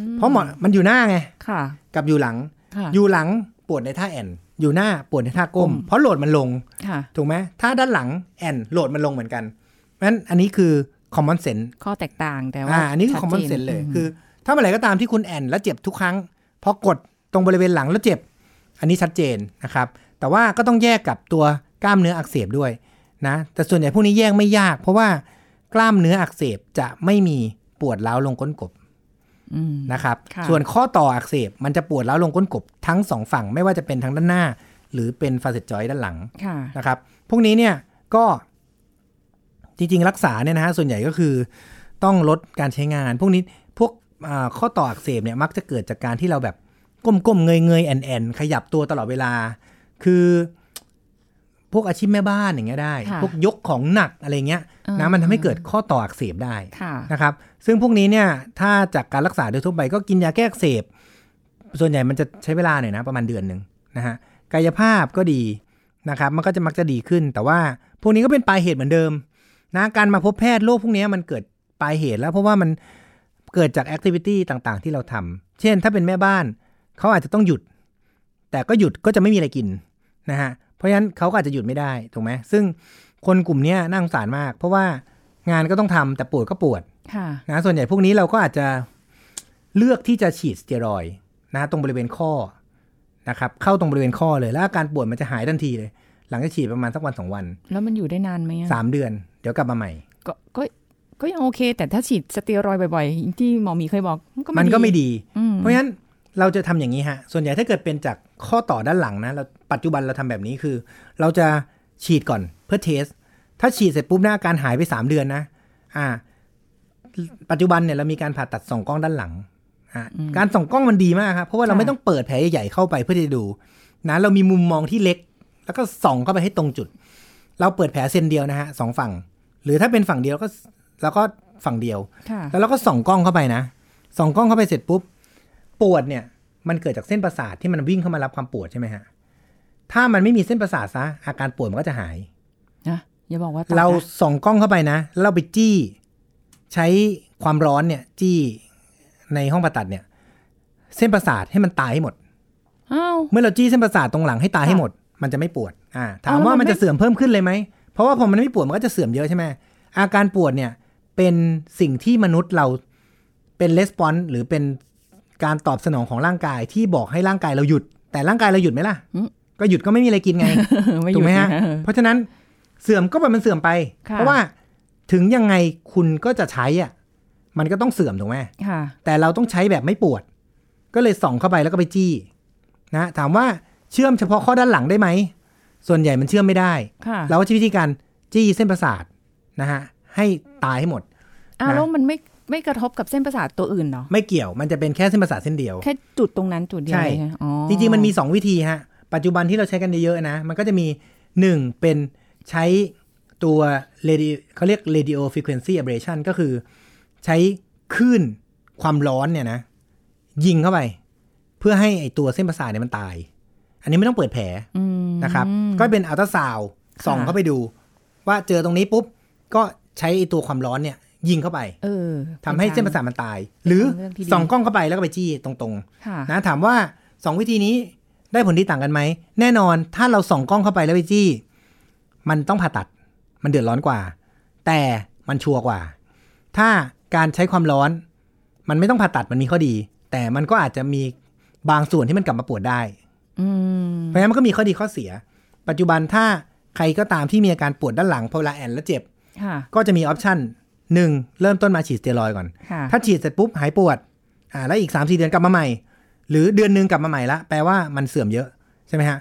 [SPEAKER 4] ม
[SPEAKER 2] เพราะหมอนมันอยู่หน้าไง
[SPEAKER 4] ค่ะ
[SPEAKER 2] กับอยู่หลัง
[SPEAKER 4] ค่ะ
[SPEAKER 2] อยู่หลังปวดในท่าแอนอยู่หน้าปวดในท่าก้ม
[SPEAKER 4] ก้ม
[SPEAKER 2] เพราะโหลดมันลง
[SPEAKER 4] ค่ะ
[SPEAKER 2] ถูกไหมถ้าด้านหลังแอนโหลดมันลงเหมือนกันเพราะฉะนั้นอันนี้คือ common sense
[SPEAKER 4] ข้อแตกต่างแต่ว่า
[SPEAKER 2] อ่าอันนี้คือ
[SPEAKER 4] ชัด
[SPEAKER 2] common
[SPEAKER 4] จ
[SPEAKER 2] sense เลย
[SPEAKER 4] ม
[SPEAKER 2] คือ ถ้าเมื่อไหร่ก็ตามที่คุณแอนแล้วเจ็บทุกครั้งพอกดตรงบริเวณหลังแล้วเจ็บ อันนี้ชัดเจนนะครับ แต่ว่าก็ต้องแยกกับตัวกล้ามเนื้ออักเสบด้วยนะแต่ส่วนใหญ่พวกนี้แยกไม่ยาก เพราะว่ากล้ามเนื้ออักเสบจะไม่มีปวดร้าวลงก้นกบ
[SPEAKER 4] อืม
[SPEAKER 2] นะครับ
[SPEAKER 4] ค่ะ
[SPEAKER 2] ส่วนข้อต่ออักเสบมันจะปวดร้าวลงก้นกบทั้งสองฝั่งไม่ว่าจะเป็นทางด้านหน้า หรือเป็นฟาเซตจอยด้านหลัง
[SPEAKER 4] ค่ะ
[SPEAKER 2] นะครับ พวกนี้เนี่ยก็จริงๆ รักษาเนี่ยนะฮะส่วนใหญ่ก็คือต้องลดการใช้งาน พวกนี้พวกอ่าข้อต่ออักเสบเนี่ยมักจะเกิดจากการที่เราแบบก้มๆเงยๆแอนๆขยับตัวตลอดเวลา คือพวกอาชีพแม่บ้านอย่างเงี้ยได้
[SPEAKER 4] ค่ะ
[SPEAKER 2] พวกยกของหนักอะไรเงี้ย
[SPEAKER 4] อ่าน
[SPEAKER 2] นะมันทำให้เกิดข้อต่ออักเสบได้
[SPEAKER 4] ค่ะ
[SPEAKER 2] นะครับซึ่งพวกนี้เนี่ยถ้าจากการรักษาโดยทั่วไปก็กินยาแก้อักเสบ ส่วนใหญ่มันจะใช้เวลาหน่อยนะ ประมาณเดือนหนึ่งนะฮะกายภาพก็ดี นะครับมันก็จะมักจะดีขึ้น แต่ว่าพวกนี้ก็เป็นปลายเหตุเหมือนเดิมนะการมาพบแพทย์โรคพวกนี้มันเกิดปลายเหตุแล้วเพราะว่ามันเกิดจากแอคทิวิตี้ต่างๆ ที่เราทำเช่นถ้าเป็นแม่บ้าน เขาอาจจะต้องหยุด แต่ก็หยุดก็จะไม่มีอะไรกินนะฮะเพราะฉะนั้นเขาก็อาจจะหยุดไม่ได้ถูกไหมซึ่งคนกลุ่มเนี้ยน่าสงสารมาก เพราะว่างานก็ต้องทำแต่ปวดก็ปวด
[SPEAKER 4] ค่ะ
[SPEAKER 2] นะส่วนใหญ่พวกนี้เราก็อาจจะเลือกที่จะฉีดสเตียรอยด์นะตรงบริเวณข้อนะครับเข้าตรงบริเวณข้อเลย แล้วอาการปวดมันจะหายทันทีเลย หลังจากฉีดประมาณสักวันสองวัน
[SPEAKER 4] แล้วมันอยู่ได้นานไหมอะ
[SPEAKER 2] สามเดือน เดี๋ยวกลับมาใหม่
[SPEAKER 4] ก็ก็ก็ยังโอเค แต่ถ้าฉีดสเตียรอยด์บ่อยๆอย่างที่หมอหมีเคยบอก
[SPEAKER 2] มันก็ไม่ดี
[SPEAKER 4] อืม
[SPEAKER 2] เพราะฉะนั้นเราจะทำอย่างนี้ฮะ ส่วนใหญ่ถ้าเกิดเป็นจากข้อต่อด้านหลังนะเราปัจจุบันเราทำแบบนี้คือ เราจะฉีดก่อนเพื่อเทส ถ้าฉีดเสร็จปุ๊บหน้าอาการหายไป 3 เดือนนะ อ่า ปัจจุบันเนี่ยเรามีการผ่าตัดส่องกล้องด้านหลัง อ่าการส่องกล้องมันดีมากครับ เพราะว่าเราไม่ต้องเปิดแผลใหญ่ๆเข้าไปเพื่อจะดูนะเรามีมุมมองที่เล็ก แล้วก็ส่องเข้าไปให้ตรงจุด เราเปิดแผลเส้นเดียวนะฮะสองฝั่ง หรือถ้าเป็นฝั่งเดียวก็แล้วก็ฝั่งเดียว
[SPEAKER 4] ค่ะ
[SPEAKER 2] แล้วเราก็ส่องกล้องเข้าไปนะ ส่องกล้องเข้าไปเสร็จปุ๊บ ปวดเนี่ย มันเกิดจากเส้นประสาทที่มันวิ่งเข้ามารับความปวดใช่ไหมฮะ ถ้ามันไม่มีเส้นประสาทซะ อาการปวดมันก็จะหาย
[SPEAKER 4] นะอย่าบอกว่าตัด
[SPEAKER 2] เรา
[SPEAKER 4] นะ
[SPEAKER 2] ส่องกล้องเข้าไปนะแล้วเราไปจี้ ใช้ความร้อนเนี่ย จี้ในห้องผ่าตัดเนี่ย เส้นประสาทให้มันตายให้หมด
[SPEAKER 4] อ้าว
[SPEAKER 2] เมื่อเราจี้เส้นประสาทตรงหลังให้ตาย
[SPEAKER 4] ค่ะ
[SPEAKER 2] ให้หมด มันจะไม่ปวด อ่า ถาม
[SPEAKER 4] เอาแล้ว
[SPEAKER 2] ว่ามัน
[SPEAKER 4] มันไม่
[SPEAKER 2] จะเสื่อมเพิ่มขึ้นเลยไหม เพราะว่าพอมันไม่ปวดมันก็จะเสื่อมเยอะใช่ไหม อาการปวดเนี่ย เป็นสิ่งที่มนุษย์เราเป็นレスปอนหรือเป็นการตอบสนองของร่างกายที่บอกให้ร่างกายเราหยุด แต่ร่างกายเราหยุดไหมล่ะ ก็หยุดก็ไม่มีอะไรกินไง
[SPEAKER 4] ไม่ห
[SPEAKER 2] ถู
[SPEAKER 4] ยุ
[SPEAKER 2] ก
[SPEAKER 4] ด
[SPEAKER 2] ไหม
[SPEAKER 4] นะ
[SPEAKER 2] ฮะ
[SPEAKER 4] เออ
[SPEAKER 2] เพราะฉะนั้นเสื่อมก็ปล่อยมันเสื่อมไป
[SPEAKER 4] ค่ะ
[SPEAKER 2] เพราะว่าถึงยังไงคุณก็จะใช้อ่ะ มันก็ต้องเสื่อมถูกไหม
[SPEAKER 4] ค่ะ
[SPEAKER 2] แต่เราต้องใช้แบบไม่ปวด ก็เลยส่องเข้าไปแล้วก็ไปจี้นะถามว่าเชื่อมเฉพาะข้อด้านหลังได้ไหม ส่วนใหญ่มันเชื่อมไม่ได้
[SPEAKER 4] ค่ะ
[SPEAKER 2] เราก็ใช้วิธีการจี้เส้นประสาทนะฮะให้ตายให้หมด
[SPEAKER 4] อ้าว
[SPEAKER 2] นะ
[SPEAKER 4] แล้วมันไม่ไม่กระทบกับเส้นประสาทตัวอื่นเนาะ
[SPEAKER 2] ไม่เกี่ยวมันจะเป็นแค่เส้นประสาทเส้นเดียว
[SPEAKER 4] แค่จุดตรงนั้นจุดเดียว
[SPEAKER 2] ใช่
[SPEAKER 4] เลยนะอ๋อ
[SPEAKER 2] จริงๆมันมี 2 วิธีฮะ ปัจจุบันที่เราใช้กันเยอะๆนะ มันก็จะมี 1 เป็นใช้ตัว radio เขาเรียก radio frequency ablation ก็คือ ใช้คลื่นความร้อนเนี่ยนะ ยิงเข้าไป เพื่อให้ไอตัวเส้นประสาทเนี่ยมันตาย อันนี้ไม่ต้องเปิดแผล
[SPEAKER 4] อืม
[SPEAKER 2] นะครับ ก็เป็นอัลตราซาวส่อง
[SPEAKER 4] ค่ะ
[SPEAKER 2] เข้าไปดู ว่าเจอตรงนี้ปุ๊บ ก็ใช้ไอตัวความร้อนเนี่ย ยิงเข้าไป
[SPEAKER 4] เออ
[SPEAKER 2] ทำให้
[SPEAKER 4] ป็
[SPEAKER 2] เส้น
[SPEAKER 4] ทาง
[SPEAKER 2] ประสาทมันตาย หรือ
[SPEAKER 4] เรื่องที่ดี
[SPEAKER 2] ส่องกล้องเข้าไปแล้วก็ไปจี้ตรงๆ
[SPEAKER 4] ค่ะ
[SPEAKER 2] นะถามว่า 2 วิธีนี้ได้ผลดีต่างกันไหม แน่นอนถ้าเราส่องกล้องเข้าไปแล้วไปจี้ มันต้องผ่าตัด มันเดือดร้อนกว่า แต่มันชัวร์กว่า ถ้าการใช้ความร้อน มันไม่ต้องผ่าตัดมันมีข้อดี แต่มันก็อาจจะมีบางส่วนที่มันกลับมาปวดได้
[SPEAKER 4] อืม
[SPEAKER 2] เพราะฉะนั้นมันก็มีข้อดีข้อเสีย ปัจจุบันถ้าใครก็ตามที่มีอาการปวดด้านหลังพอเวลาแอนแล้วเจ็บ
[SPEAKER 4] ค่ะ
[SPEAKER 2] ก็จะมีออปชันหนึ่งเริ่มต้นมาฉีดสเตียรอยด์ก่อน
[SPEAKER 4] ค่ะ
[SPEAKER 2] ถ้าฉีดเสร็จปุ๊บ หายปวด อ่า แล้วอีก3ามสี่เดือนกลับมาใหม่ หรือเดือนหนึงกลับมาใหม่ละ แปลว่ามันเสื่อมเยอะ ใช่ไหมฮะ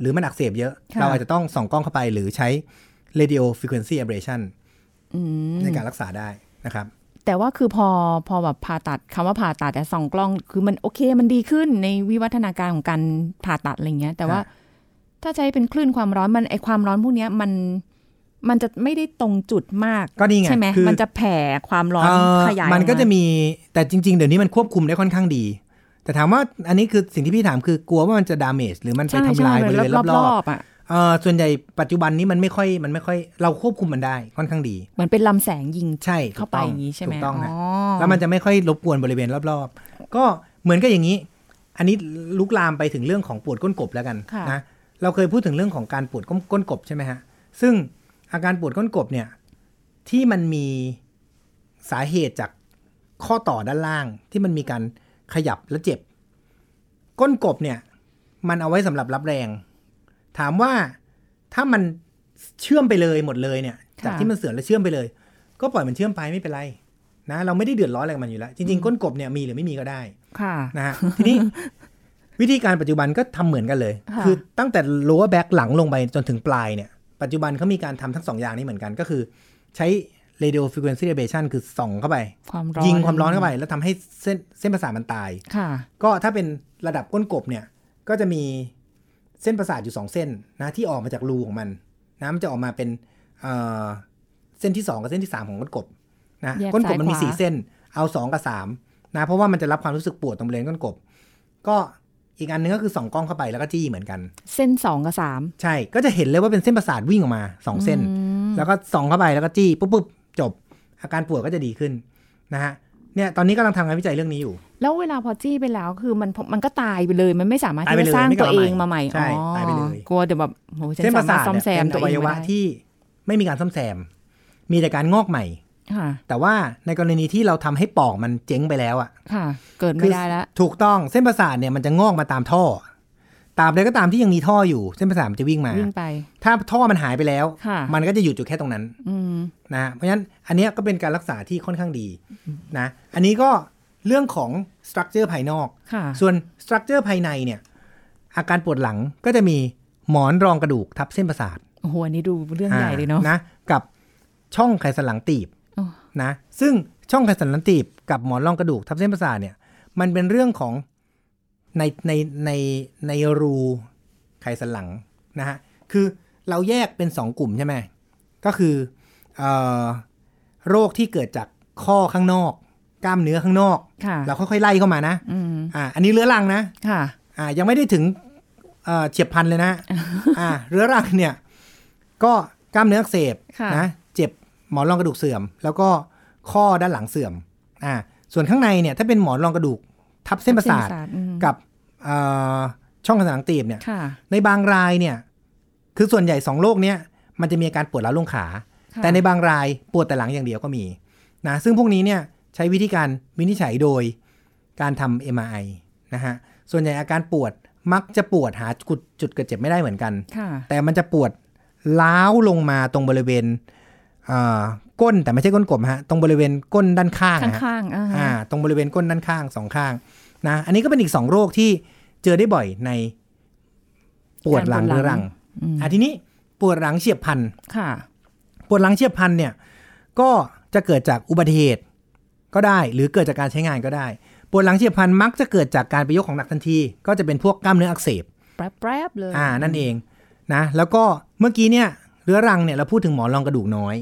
[SPEAKER 2] หรือมันอักเสบเยอะ
[SPEAKER 4] ค่ะ
[SPEAKER 2] เราอาจจะต้องส่องกล้องเข้าไป หรือใช้ radio frequency ablation
[SPEAKER 4] อืม
[SPEAKER 2] ในการรักษาได้นะครับ
[SPEAKER 4] แต่ว่าคือพอพอแบบผ่าตัดคำว่าผ่าตัดแต่ส่องกล้องคือมันโอเคมันดีขึ้นในวิวัฒนาการของการผ่าตัดอะไรเงี้ย แต่ว่า
[SPEAKER 2] ค่ะ
[SPEAKER 4] ถ้าใช้เป็นคลื่นความร้อนมันไอความร้อนพวกเนี้ยมันมันจะไม่ได้ตรงจุดมาก
[SPEAKER 2] ก็นี่ไง
[SPEAKER 4] ใช่ไหม
[SPEAKER 2] คือ
[SPEAKER 4] มันจะแผ่ความร้อน
[SPEAKER 2] เอ่อ
[SPEAKER 4] ขยาย
[SPEAKER 2] มัน
[SPEAKER 4] ออา
[SPEAKER 2] ก็จะมี แต่จริง ๆ เดี๋ยวนี้มันควบคุมได้ค่อนข้างดี แต่ถามว่า อันนี้คือสิ่งที่พี่ถามคือกลัวว่ามันจะ damage หรือมันไป
[SPEAKER 4] ใช่
[SPEAKER 2] ทำ
[SPEAKER 4] ใช่
[SPEAKER 2] ลายบริเวณร
[SPEAKER 4] มันร
[SPEAKER 2] อบ
[SPEAKER 4] อบๆอ่ะ
[SPEAKER 2] ๆเอ่อส่วนใหญ่ปัจจุบันนี้มันไม่ค่อย มันไม่ค่อย เราควบคุมมันได้ค่อนข้างดี
[SPEAKER 4] เหมือนเป็นลำแสงยิง
[SPEAKER 2] ใช่
[SPEAKER 4] เข้าไปอย่างนี้ใช่ไหม
[SPEAKER 2] ถูกต้องฮะ
[SPEAKER 4] อ๋อ
[SPEAKER 2] แล้วมันจะไม่ค่อยรบกวนบริเวณรอบๆ ก็เหมือนกับอย่างนี้ อันนี้ลุกลามไปถึงเรื่องของปวดก้นกบแล้วกันนะ เราเคยพูดถึงเรื่องของการปวดก้นก้นกบใช่ไหมฮะ ซึ่งอาการปวดก้นกบเนี่ยที่มันมีสาเหตุจากข้อต่อด้านล่างที่มันมีการขยับและเจ็บ ก้นกบเนี่ย มันเอาไว้สำหรับรับแรง ถามว่าถ้ามันเชื่อมไปเลยหมดเลยเนี่ย จากที่มันเสื่อมแล้วเชื่อมไปเลย ก็ปล่อยมันเชื่อมไปไม่เป็นไร นะเราไม่ได้เดือดร้อนอะไรกับมันอยู่แล้ว จริงๆ ก้นกบเนี่ยมีหรือไม่มีก็ได้
[SPEAKER 4] ค่ะ
[SPEAKER 2] นะฮะ ทีนี้วิธีการปัจจุบันก็ทำเหมือนกันเลย
[SPEAKER 4] ค่ะ
[SPEAKER 2] คือตั้งแต่ lower back หลังลงไปจนถึงปลายเนี่ย ปัจจุบันเขามีการทำทั้งสองอย่างนี้เหมือนกัน ก็คือใช้ radio frequency ablation คือส่องเข้าไป
[SPEAKER 4] ความร้อน
[SPEAKER 2] ยิงความร้อนเข้าไป แล้วทำให้เส้นเส้นประสาทมันตาย
[SPEAKER 4] ค่ะ
[SPEAKER 2] ก็ถ้าเป็นระดับก้นกบเนี่ย ก็จะมีเส้นประสาทอยู่สองเส้นนะที่ออกมาจากรูของมันนะมันจะออกมาเป็นเอ่อเส้นที่สองกับเส้นที่สามของก้นกบนะ
[SPEAKER 4] แยก
[SPEAKER 2] ก้นกบมันมี
[SPEAKER 4] ซ้ายขวา
[SPEAKER 2] สี่เส้น เอาสองกับสามนะเพราะว่ามันจะรับความรู้สึกปวดตรงบริเวณก้นกบ ก็ อีกอันหนึงก็คือส่องกล้องเข้าไปแล้วก็จี้เหมือนกัน
[SPEAKER 4] เส้นสองกับสาม
[SPEAKER 2] ใช่ ก็จะเห็นเลยว่าเป็นเส้นประสาทวิ่งออกมาสองเส้น แล้วก็ส่องเข้าไปแล้วก็จี้ปุ๊บปุ๊บจบ อาการปวดก็จะดีขึ้นนะฮะ เนี่ยตอนนี้กำลังทำงานวิจัยเรื่องนี้อยู่
[SPEAKER 4] แล้วเวลาพอจี้ไปแล้วคือมันมันก็ตายไปเลย มันไม่สามารถ
[SPEAKER 2] ตาย
[SPEAKER 4] ที่
[SPEAKER 2] ไปเล
[SPEAKER 4] จะ
[SPEAKER 2] ย
[SPEAKER 4] สร้าง
[SPEAKER 2] ไม่กลั
[SPEAKER 4] ตั
[SPEAKER 2] บ
[SPEAKER 4] ว
[SPEAKER 2] มา
[SPEAKER 4] เองมาใหม่
[SPEAKER 2] ใช่
[SPEAKER 4] อ๋อ
[SPEAKER 2] ตายไปเลย
[SPEAKER 4] กลัวเดี๋ยวแบบโหฉัน
[SPEAKER 2] เส้นป
[SPEAKER 4] สา
[SPEAKER 2] ระ
[SPEAKER 4] มา
[SPEAKER 2] สาร
[SPEAKER 4] ถ
[SPEAKER 2] ท
[SPEAKER 4] ซ่อมแซ
[SPEAKER 2] เนี่ย
[SPEAKER 4] ม
[SPEAKER 2] เป็น
[SPEAKER 4] ตั
[SPEAKER 2] อ
[SPEAKER 4] ว
[SPEAKER 2] วั
[SPEAKER 4] เอย ง
[SPEAKER 2] วะ
[SPEAKER 4] ไม่ได้
[SPEAKER 2] ที่ไม่มีการซ่อมแซม มีแต่การงอกใหม่
[SPEAKER 4] ค่ะ
[SPEAKER 2] แต่ว่าในกรณีที่เราทำให้ปอกมันเจ๊งไปแล้วอ่ะ
[SPEAKER 4] ค่ะ เกิดไม่ได้แล้ว
[SPEAKER 2] ถูกต้องเส้นประสาทเนี่ยมันจะงอกมาตามท่อ ตามใดก็ตามที่ยังมีท่ออยู่ เส้นประสาทมันจะวิ่งมา
[SPEAKER 4] วิ่งไป
[SPEAKER 2] ถ้าท่อมันหายไปแล้ว
[SPEAKER 4] ค่ะ
[SPEAKER 2] มันก็จะหยุดอยู่แค่ตรงนั้น
[SPEAKER 4] อืม
[SPEAKER 2] นะฮะเพราะฉะนั้นอันเนี้ยก็เป็นการรักษาที่ค่อนข้างดีนะอันนี้ก็เรื่องของสตรัคเจอร์ภายนอก
[SPEAKER 4] ค่ะ
[SPEAKER 2] ส่วนสตรัคเจอร์ภายในเนี่ยอาการปวดหลังก็จะมีหมอนรองกระดูกทับเส้นประสาท
[SPEAKER 4] โอ้โหอันนี้ดูเรื่องใหญ่เลยเนาะ
[SPEAKER 2] นะกับช่องไขสันหลังตีบ
[SPEAKER 4] อ๋อ
[SPEAKER 2] นะซึ่งช่องไขสันหลังตีบกับหมอนรองกระดูกทับเส้นประสาทเนี่ยมันเป็นเรื่องของในในในในรูไขสันหลังนะฮะคือเราแยกเป็นสองกลุ่มใช่ไหมก็คือ เอ่อโรคที่เกิดจากข้อข้างนอก กล้ามเนื้อข้างนอก
[SPEAKER 4] ค่ะ
[SPEAKER 2] เราค่อยๆไล่เข้ามานะ
[SPEAKER 4] อืม
[SPEAKER 2] อ่าอันนี้เรื้อรังนะ
[SPEAKER 4] ค่ะ
[SPEAKER 2] อ่ายังไม่ได้ถึงเอ่อเฉียบพลัน เลยนะ อ่าเรื้อรังเนี่ยก็กล้ามเนื้ออักเสบ
[SPEAKER 4] ค่ะ
[SPEAKER 2] นะเจ็บหมอนรองกระดูกเสื่อม แล้วก็ข้อด้านหลังเสื่อมอ่าส่วนข้างในเนี่ยถ้าเป็นหมอนรองกระดูกทับเส้นประสาท
[SPEAKER 4] อืม
[SPEAKER 2] กับเอ่อช่องกระสานหลังตีบเนี่ย
[SPEAKER 4] ค่ะ
[SPEAKER 2] ในบางรายเนี่ย คือส่วนใหญ่สองโรคเนี้ยมันจะมีอาการปวดร้าวลงขา
[SPEAKER 4] ค่ะ
[SPEAKER 2] แต่ในบางรายปวดแต่หลังอย่างเดียวก็มีนะซึ่งพวกนี้เนี่ยใช้วิธีการวินิจฉัยโดยการทำ MRI นะฮะ ส่วนใหญ่อาการปวดมักจะปวดหาจุดจุดเกิดเจ็บไม่ได้เหมือนกัน
[SPEAKER 4] ค่ะ
[SPEAKER 2] แต่มันจะปวดล้าวลงมาตรงบริเวณเอ่อก้นแต่ไม่ใช่ก้นกบฮะตรงบริเวณก้นด้านข้าง
[SPEAKER 4] ข้าง
[SPEAKER 2] ฮะ
[SPEAKER 4] ๆอ่าฮะ
[SPEAKER 2] อ่าตรงบริเวณก้นด้านข้างสองข้างนะอันนี้ก็เป็นอีกสองโรคที่เจอได้บ่อยในปวดหลังเรื้อรังอ่ะทีนี้ปวดหลังเฉียบพลัน
[SPEAKER 4] ค่ะ
[SPEAKER 2] ปวดหลังเฉียบพลันเนี่ยก็จะเกิดจากอุบัติเหตุก็ได้ หรือเกิดจากการใช้งานก็ได้ ปวดหลังเฉียบพลันมักจะเกิดจากการไปยกของหนักทันที ก็จะเป็นพวกกล้ามเนื้ออักเสบ
[SPEAKER 4] แป๊บๆเลย
[SPEAKER 2] อ่านั่นเองนะแล้วก็เมื่อกี้เนี่ยเรื้อรังเนี่ยเราพูดถึงหมอนรองกระดูกน้อย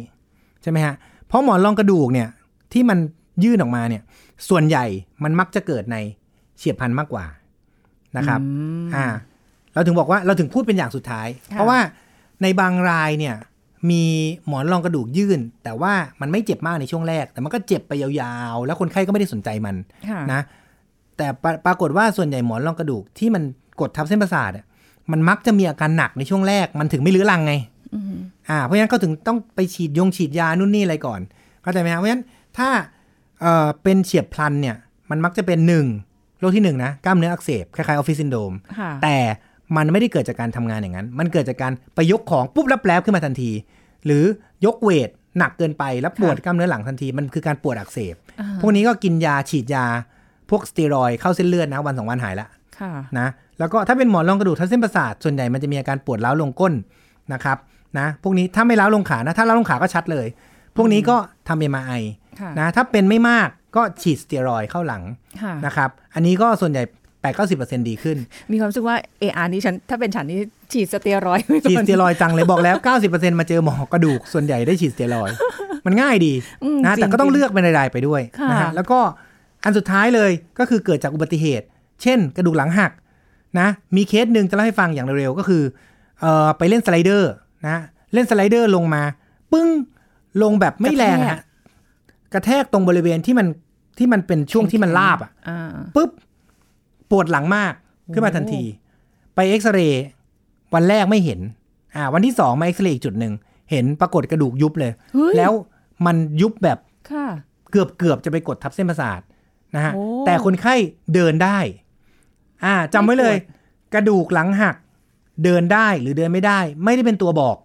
[SPEAKER 2] ใช่ไหมฮะเพราะหมอนรองกระดูกเนี่ยที่มันยื่นออกมาเนี่ยส่วนใหญ่มันมักจะเกิดในเฉียบพลันมากกว่านะครับอ่าเราถึงบอกว่าเราถึงพูดเป็นอย่างสุดท้าย
[SPEAKER 4] ค่ะ
[SPEAKER 2] เพราะว่าในบางรายเนี่ยมีหมอนรองกระดูกยื่น แต่ว่ามันไม่เจ็บมากในช่วงแรก แต่มันก็เจ็บไปยาวๆ แล้วคนไข้ก็ไม่ได้สนใจมัน
[SPEAKER 4] ค่ะ
[SPEAKER 2] นะแต่ปราปรากฏว่าส่วนใหญ่หมอนรองกระดูกที่มันกดทับเส้นประสาทอะมันมักจะมีอาการหนักในช่วงแรก มันถึงไม่เรื้อรังไงอ่าเพราะฉะนั้นเขาถึงต้องไปฉีดยงฉีดยานู่นนี่อะไรก่อนเข้าใจไหมฮะเพราะฉะนั้นถ้าเอ่อเป็นเฉียบพลันเนี่ยมันมักจะเป็นหนึ่งโรคที่หนึ่งนะกล้ามเนื้ออักเสบคล้ายๆออฟฟิศซินโดม
[SPEAKER 4] ค่ะ
[SPEAKER 2] แต่มันไม่ได้เกิดจากการทำงานอย่างนั้น มันเกิดจากการไปยกของปุ๊บแล้วแปลบขึ้นมาทันที หรือยกเวทหนักเกินไปแล้วปวดกล้ามเนื้อหลังทันที มันคือการปวดอักเสบ
[SPEAKER 4] อ่า
[SPEAKER 2] พวกนี้ก็กินยาฉีดยา พวกสเตียรอยด์เข้าเส้นเลือดนะวันสองวันหายละ
[SPEAKER 4] ค่ะ
[SPEAKER 2] นะ แล้วก็ถ้าเป็นหมอนรองกระดูกทับเส้นประสาทส่วนใหญ่มันจะมีอาการปวดร้าวลงก้นนะครับนะ พวกนี้ถ้าไม่ร้าวลงขานะ ถ้าร้าวลงขาก็ชัดเลย พวกนี้ก็ทำเอ็มไอ
[SPEAKER 4] ค่ะ
[SPEAKER 2] นะ ถ้าเป็นไม่มากก็ฉีดสเตียรอยด์เข้าหลัง
[SPEAKER 4] ค่ะ
[SPEAKER 2] นะครับ อันนี้ก็ส่วนใหญ่แปดเก้าสิบเปอร์เซ็นต์ดีขึ้น
[SPEAKER 4] มีความรู้สึกว่าเออานี่ฉันถ้าเป็นฉันนี่ฉีดสเตียรอยด์ไว้ก่ อน
[SPEAKER 2] ฉีดสเตียรอยด์จังเลยบอกแล้ว 90%มาเจอหมอกระดูกส่วนใหญ่ได้ฉีดสเตียรอยด์มันง่ายดี
[SPEAKER 4] อืม
[SPEAKER 2] นะ
[SPEAKER 4] จริ
[SPEAKER 2] แต่ก็ต้องเลือกเป็นรายๆไปด้วย
[SPEAKER 4] ค่ะ
[SPEAKER 2] นะฮะแล้วก็อันสุดท้ายเลยก็คือเกิดจากอุบัติเหตุ เช่น กระดูกหลังหักนะมีเคสหนึ่งจะเล่าให้ฟังอย่างเร็วๆ ก็คือเอ่อไปเล่นสไลเดอร์นะเล่นสไลเดอร์ลงมา ปึ้งลงแบบไม่แรงฮะกระแทกตรงบริเวณที่มันที่มันเป็นช่วงที่มันลาบอ่ะ
[SPEAKER 4] อ่า
[SPEAKER 2] ปุ๊บ ปวดหลังมากขึ้นมาทันที ไปเอ็กซเรย์วันแรกไม่เห็น อ่า วันที่สองมาเอ็กซเรย์อีกจุดหนึ่ง เห็นปรากฏกระดูกยุบเลย
[SPEAKER 4] เฮ้ย
[SPEAKER 2] แล้วมันยุบแบบ
[SPEAKER 4] ค่ะ
[SPEAKER 2] เกือบเกือบจะไปกดทับเส้นประสาทนะฮะ
[SPEAKER 4] โอ้
[SPEAKER 2] แต่คนไข้เดินได้ อ่าจำไว้เลย
[SPEAKER 4] ไม่ปว
[SPEAKER 2] กระดูกหลังหัก เดินได้หรือเดินไม่ได้ ไม่ได้เป็นตัวบอก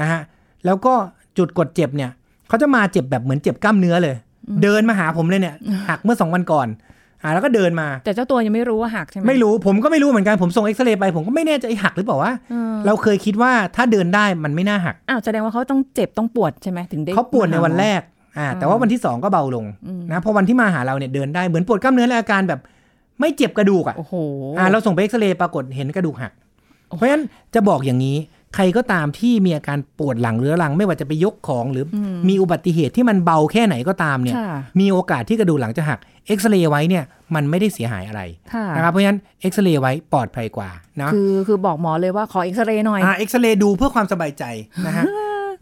[SPEAKER 2] นะฮะแล้วก็จุดกดเจ็บเนี่ยเขาจะมาเจ็บแบบเหมือนเจ็บกล้ามเนื้อเลย เดินมาหาผมเลยเนี่ย หักเมื่อสองวันก่อน อ่า แล้วก็เดินมา
[SPEAKER 4] แต่เจ้าตัวยังไม่รู้ว่าหักใช่ไหม
[SPEAKER 2] ไม่รู้ผมก็ไม่รู้เหมือนกันผมส่งเอ็กซเรย์ไป ผมก็ไม่แน่ใจหักหรือเปล่าวะ
[SPEAKER 4] เออ
[SPEAKER 2] เราเคยคิดว่าถ้าเดินได้มันไม่น่าหัก
[SPEAKER 4] อ้าวแสดงว่าเขาต้องเจ็บต้องปวดใช่ไหมถึงได้
[SPEAKER 2] เขาปวดในวันแรกอ่าแต่ว่าวันที่สองก็เบาลง
[SPEAKER 4] อืม
[SPEAKER 2] นะเพอวันที่มาหาเราเนี่ยเดินได้เหมือนปวดกล้ามเนื้อและอาการแบบไม่เจ็บกระดูกอ่ะ
[SPEAKER 4] โอ้โห
[SPEAKER 2] อ่าเราส่งไปเอ็กซเรย์ปรากฏเห็นกระดูกหัก เพราะฉะนั้นจะบอกอย่างนี้ ใครก็ตามที่มีอาการปวดหลังเรื้อรัง ไม่ว่าจะไปยกของหรือมีอุบัติเหตุที่มันเบาแค่ไหนก็ตามเนี่ย
[SPEAKER 4] ค่ะ
[SPEAKER 2] มีโอกาสที่กระดูกหลังจะหัก เอ็กซเรย์ไว้เนี่ยมันไม่ได้เสียหายอะไร
[SPEAKER 4] ค่ะ
[SPEAKER 2] นะครับเพราะฉะนั้นเอ็กซเรย์ไว้ปลอดภัยกว่านะ
[SPEAKER 4] คือคือบอกหมอเลยว่าขอเอ็กซเรย์หน่อย
[SPEAKER 2] อ่าเอ็กซเรย์ดูเพื่อความสบายใจนะฮะ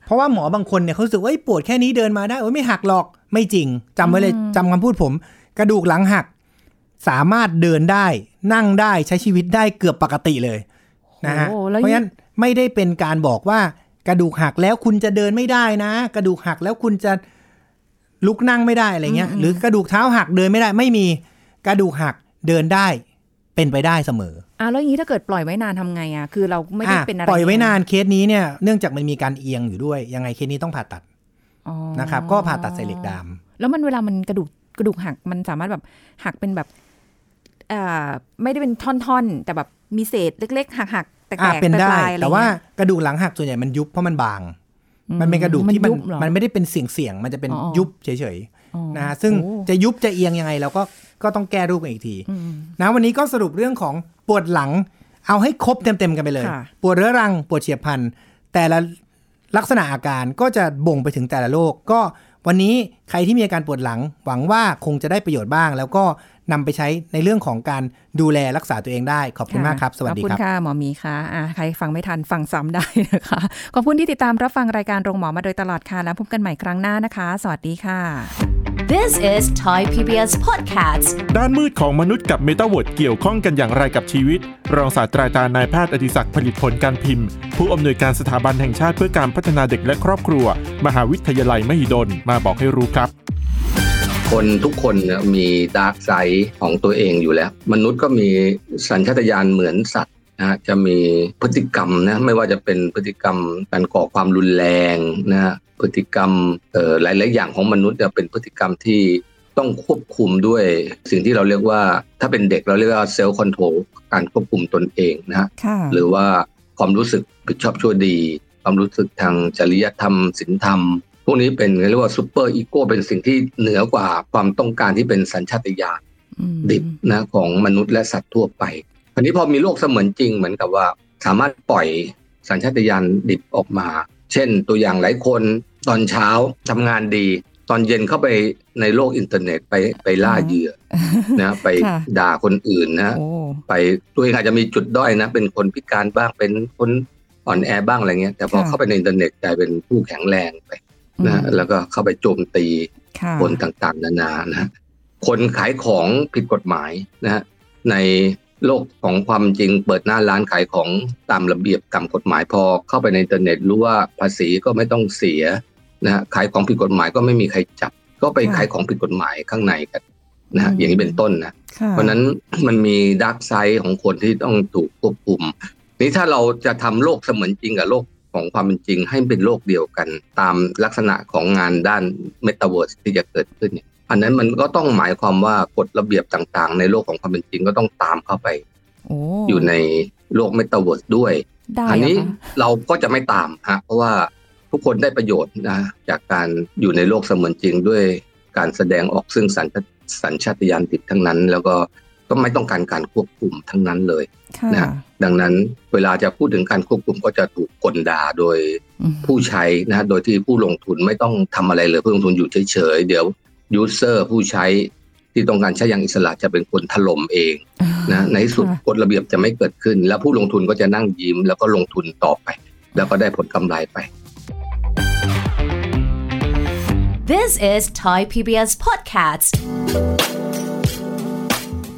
[SPEAKER 2] เพราะว่าหมอบางคนเนี่ยเขารู้สึกว่าเอ้ยปวดแค่นี้เดินมาได้โอ้ยไม่หักหรอกไม่จริงจำไว้เลยจำคำพูดผม กระดูกหลังหัก สามารถเดินได้ นั่งได้ใช้ชีวิตได้เกือบปกติเลยนะฮะ
[SPEAKER 4] โอ้โหแล้ว
[SPEAKER 2] เพราะฉะนั้นไม่ได้เป็นการบอกว่ากระดูกหักแล้วคุณจะเดินไม่ได้นะ กระดูกหักแล้วคุณจะลุกนั่งไม่ได้อะไรเงี้ย หรือกระดูกเท้าหักเดินไม่ได้ ไม่มีกระดูกหักเดินได้เป็นไปได้เสมอ
[SPEAKER 4] อ่ะแล้วอย่างนี้ถ้าเกิดปล่อยไว้นานทำไงอ่ะ คือเราไม่ได้
[SPEAKER 2] อ่ะ
[SPEAKER 4] เป็นอะไร
[SPEAKER 2] ปล่อยไว้นานเคสนี้เนี่ยเนื่องจากมันมีการเอียงอยู่ด้วย ยังไงเคสนี้ต้องผ่าตัด
[SPEAKER 4] อ๋อ
[SPEAKER 2] นะครับ ก็ผ่าตัดใส่เหล็กดาม
[SPEAKER 4] แล้วมันเวลามันกระดูกกระดูกหักมันสามารถแบบหักเป็นแบบเอ่อไม่ได้เป็นท่อนๆ แต่แบบมีเศษเล็ก ๆ หักๆแตก
[SPEAKER 2] อ่ะ
[SPEAKER 4] ๆ
[SPEAKER 2] เป็นได้
[SPEAKER 4] ลายๆอะไร
[SPEAKER 2] แต่
[SPEAKER 4] เงี้ย
[SPEAKER 2] ว่ากระดูกหลังหักส่วนใหญ่มันยุบเพราะมันบาง
[SPEAKER 4] อืม
[SPEAKER 2] มันเป็นกระดูก
[SPEAKER 4] มัน
[SPEAKER 2] ที่มัน
[SPEAKER 4] ยุบเหรอ
[SPEAKER 2] มันไม่ได้เป็นเสียงเสียงๆมันจะเป็น
[SPEAKER 4] อ๋ออ๋อ
[SPEAKER 2] ยุบเฉย
[SPEAKER 4] อ๋อ
[SPEAKER 2] ๆนะฮะซึ่ง
[SPEAKER 4] โอ้
[SPEAKER 2] จะยุบจะเอียงยังไงเราก็ก็ต้องแก้รูปกันอีกที
[SPEAKER 4] อืม
[SPEAKER 2] นะวันนี้ก็สรุปเรื่องของปวดหลัง เอาให้ครบเต็มๆกันไปเลย
[SPEAKER 4] ค่ะ
[SPEAKER 2] ปวดเรื้อรังปวดเฉียบพลันแต่ละลักษณะอาการก็จะบ่งไปถึงแต่ละโรคก็วันนี้ใครที่มีอาการปวดหลัง หวังว่าคงจะได้ประโยชน์บ้าง แล้วก็นำไปใช้ในเรื่องของการดูแลรักษาตัวเองได้ขอบคุณมากครับ สวัสดี
[SPEAKER 4] ขอ
[SPEAKER 2] ค
[SPEAKER 4] บคุ
[SPEAKER 2] รับ
[SPEAKER 4] ณค่ะหมอหมีค่ะอ่าใครฟังไม่ทันฟังซ้ำได้นะคะ ขอบคุณที่ติดตามรับฟังรายการโรงหมอมาโดยตลอดค่ะ แล้วพบกันใหม่ครั้งหน้านะคะ สวัสดีค่ะ
[SPEAKER 1] This is Thai PBS Podcast.
[SPEAKER 5] ด้านมืดของมนุษย์กับเมตาเวิร์ดเกี่ยวข้องกันอย่างไรกับชีวิต รองศาสตราจารย์นายแพทย์อดิศักดิ์ผลิตผลการพิมพ์ ผู้อำนวยการสถาบันแห่งชาติเพื่อการพัฒนาเด็กและครอบครัว มหาวิทยาลัยมหิดลมาบอกให้รู้ครับ
[SPEAKER 6] คนทุกคนเนี่ยมีดาร์กไซด์ของตัวเองอยู่แล้ว มนุษย์ก็มีสัญชาตญาณเหมือนสัตว์นะฮะจะมีพฤติกรรมนะไม่ว่าจะเป็นพฤติกรรมการก่อความรุนแรงนะฮะพฤติกรรมเอ่อหลายๆอย่างของมนุษย์จะเป็นพฤติกรรมที่ต้องควบคุมด้วยสิ่งที่เราเรียกว่าถ้าเป็นเด็กเราเรียกว่าเซลล์คอนโทรลการควบคุมตนเองนะฮะ
[SPEAKER 4] ค่ะ
[SPEAKER 6] หรือว่าความรู้สึกผิดชอบชั่วดี ความรู้สึกทางจริยธรรมศีลธรรม พวกนี้เป็นเรียกว่าซูเปอร์อีโก้เป็นสิ่งที่เหนือกว่าความต้องการที่เป็นสัญชาตญาณดิบนะของมนุษย์และสัตว์ทั่วไปอันนี้พอมีโลกเสมือนจริงเหมือนกับว่า สามารถปล่อยสัญชาตญาณดิบออกมา เช่นตัวอย่างหลายคนตอนเช้าทำงานดี ตอนเย็นเข้าไปในโลกอินเทอร์เน็ตไปไปล่าเหยื่อนะไป
[SPEAKER 4] ค่ะ
[SPEAKER 6] ด่าคนอื่นนะ
[SPEAKER 4] โอ้
[SPEAKER 6] ไปตัวเองอาจจะมีจุดด้อยนะ เป็นคนพิการบ้างเป็นคนอ่อนแอบ้างอะไรเงี้ย แต่พอ
[SPEAKER 4] ค่ะ
[SPEAKER 6] เข้าไปในอินเทอร์เน็ตกลายเป็นผู้แข็งแรงไปนะฮะ
[SPEAKER 4] อืม
[SPEAKER 6] แล้วก็เข้าไปโจมตี
[SPEAKER 4] ค่ะ
[SPEAKER 6] คนต่างๆ นานานะฮะคนขายของผิดกฎหมายนะฮะในโลกของความจริงเปิดหน้าร้านขายของตามระเบียบตามกฎหมายพอ เข้าไปในอินเทอร์เน็ตรู้ว่าภาษีก็ไม่ต้องเสียนะฮะขายของผิดกฎหมายก็ไม่มีใครจับ ก็ไปขายของผิดกฎหมายข้างในกันนะฮะอย่างนี้เป็นต้นนะ
[SPEAKER 4] ค่
[SPEAKER 6] เพราะฉะนั้น มันมีด a r k กไซ e ์ของคนที่ต้องถูกควบคุม นี้ถ้าเราจะทำโลกเสมือนจริงกับโลกของความเป็นจริงให้เป็นโลกเดียวกัน ตามลักษณะของงานด้านเมตาเวิร์สที่จะเกิดขึ้นเนี่ยอันนั้นมันก็ต้องหมายความว่ากฎระเบียบต่างๆ ในโลกของความเป็นจริงก็ต้องตามเข้าไป
[SPEAKER 4] โอ้
[SPEAKER 6] อยู่ในโลกเมตาเวิร์สด้วย
[SPEAKER 4] ได้
[SPEAKER 6] อัน
[SPEAKER 4] เหรอ
[SPEAKER 6] นี้
[SPEAKER 4] คะ
[SPEAKER 6] เราก็จะไม่ตามฮะเพราะว่าทุกคนได้ประโยชน์นะจากการอยู่ในโลกเสมือนจริงด้วยการแสดงออกซึ่งสัญชาสัญชาตญาณติดทั้งนั้น แล้วก็ก็ไม่ต้องการการควบคุมทั้งนั้นเลย
[SPEAKER 4] ค่ะ
[SPEAKER 6] นะ ดังนั้นเวลาจะพูดถึงการควบคุมก็จะถูกกลด่าโดย
[SPEAKER 4] อืม
[SPEAKER 6] ผู้ใช้นะโดยที่ผู้ลงทุนไม่ต้องทำอะไรเลยผู้ลงทุนอยู่เฉยๆเดี๋ยวยูเซอร์ผู้ใช้ที่ต้องการใช้อย่างอิสระจะเป็นคนถล่มเอง นะในที่สุด
[SPEAKER 4] ค่ะ
[SPEAKER 6] กฎระเบียบจะไม่เกิดขึ้น แล้วผู้ลงทุนก็จะนั่งยิ้ม แล้วก็ลงทุนต่อไป แล้วก็ได้ผลกำไรไป
[SPEAKER 1] This is Thai PBS Podcast.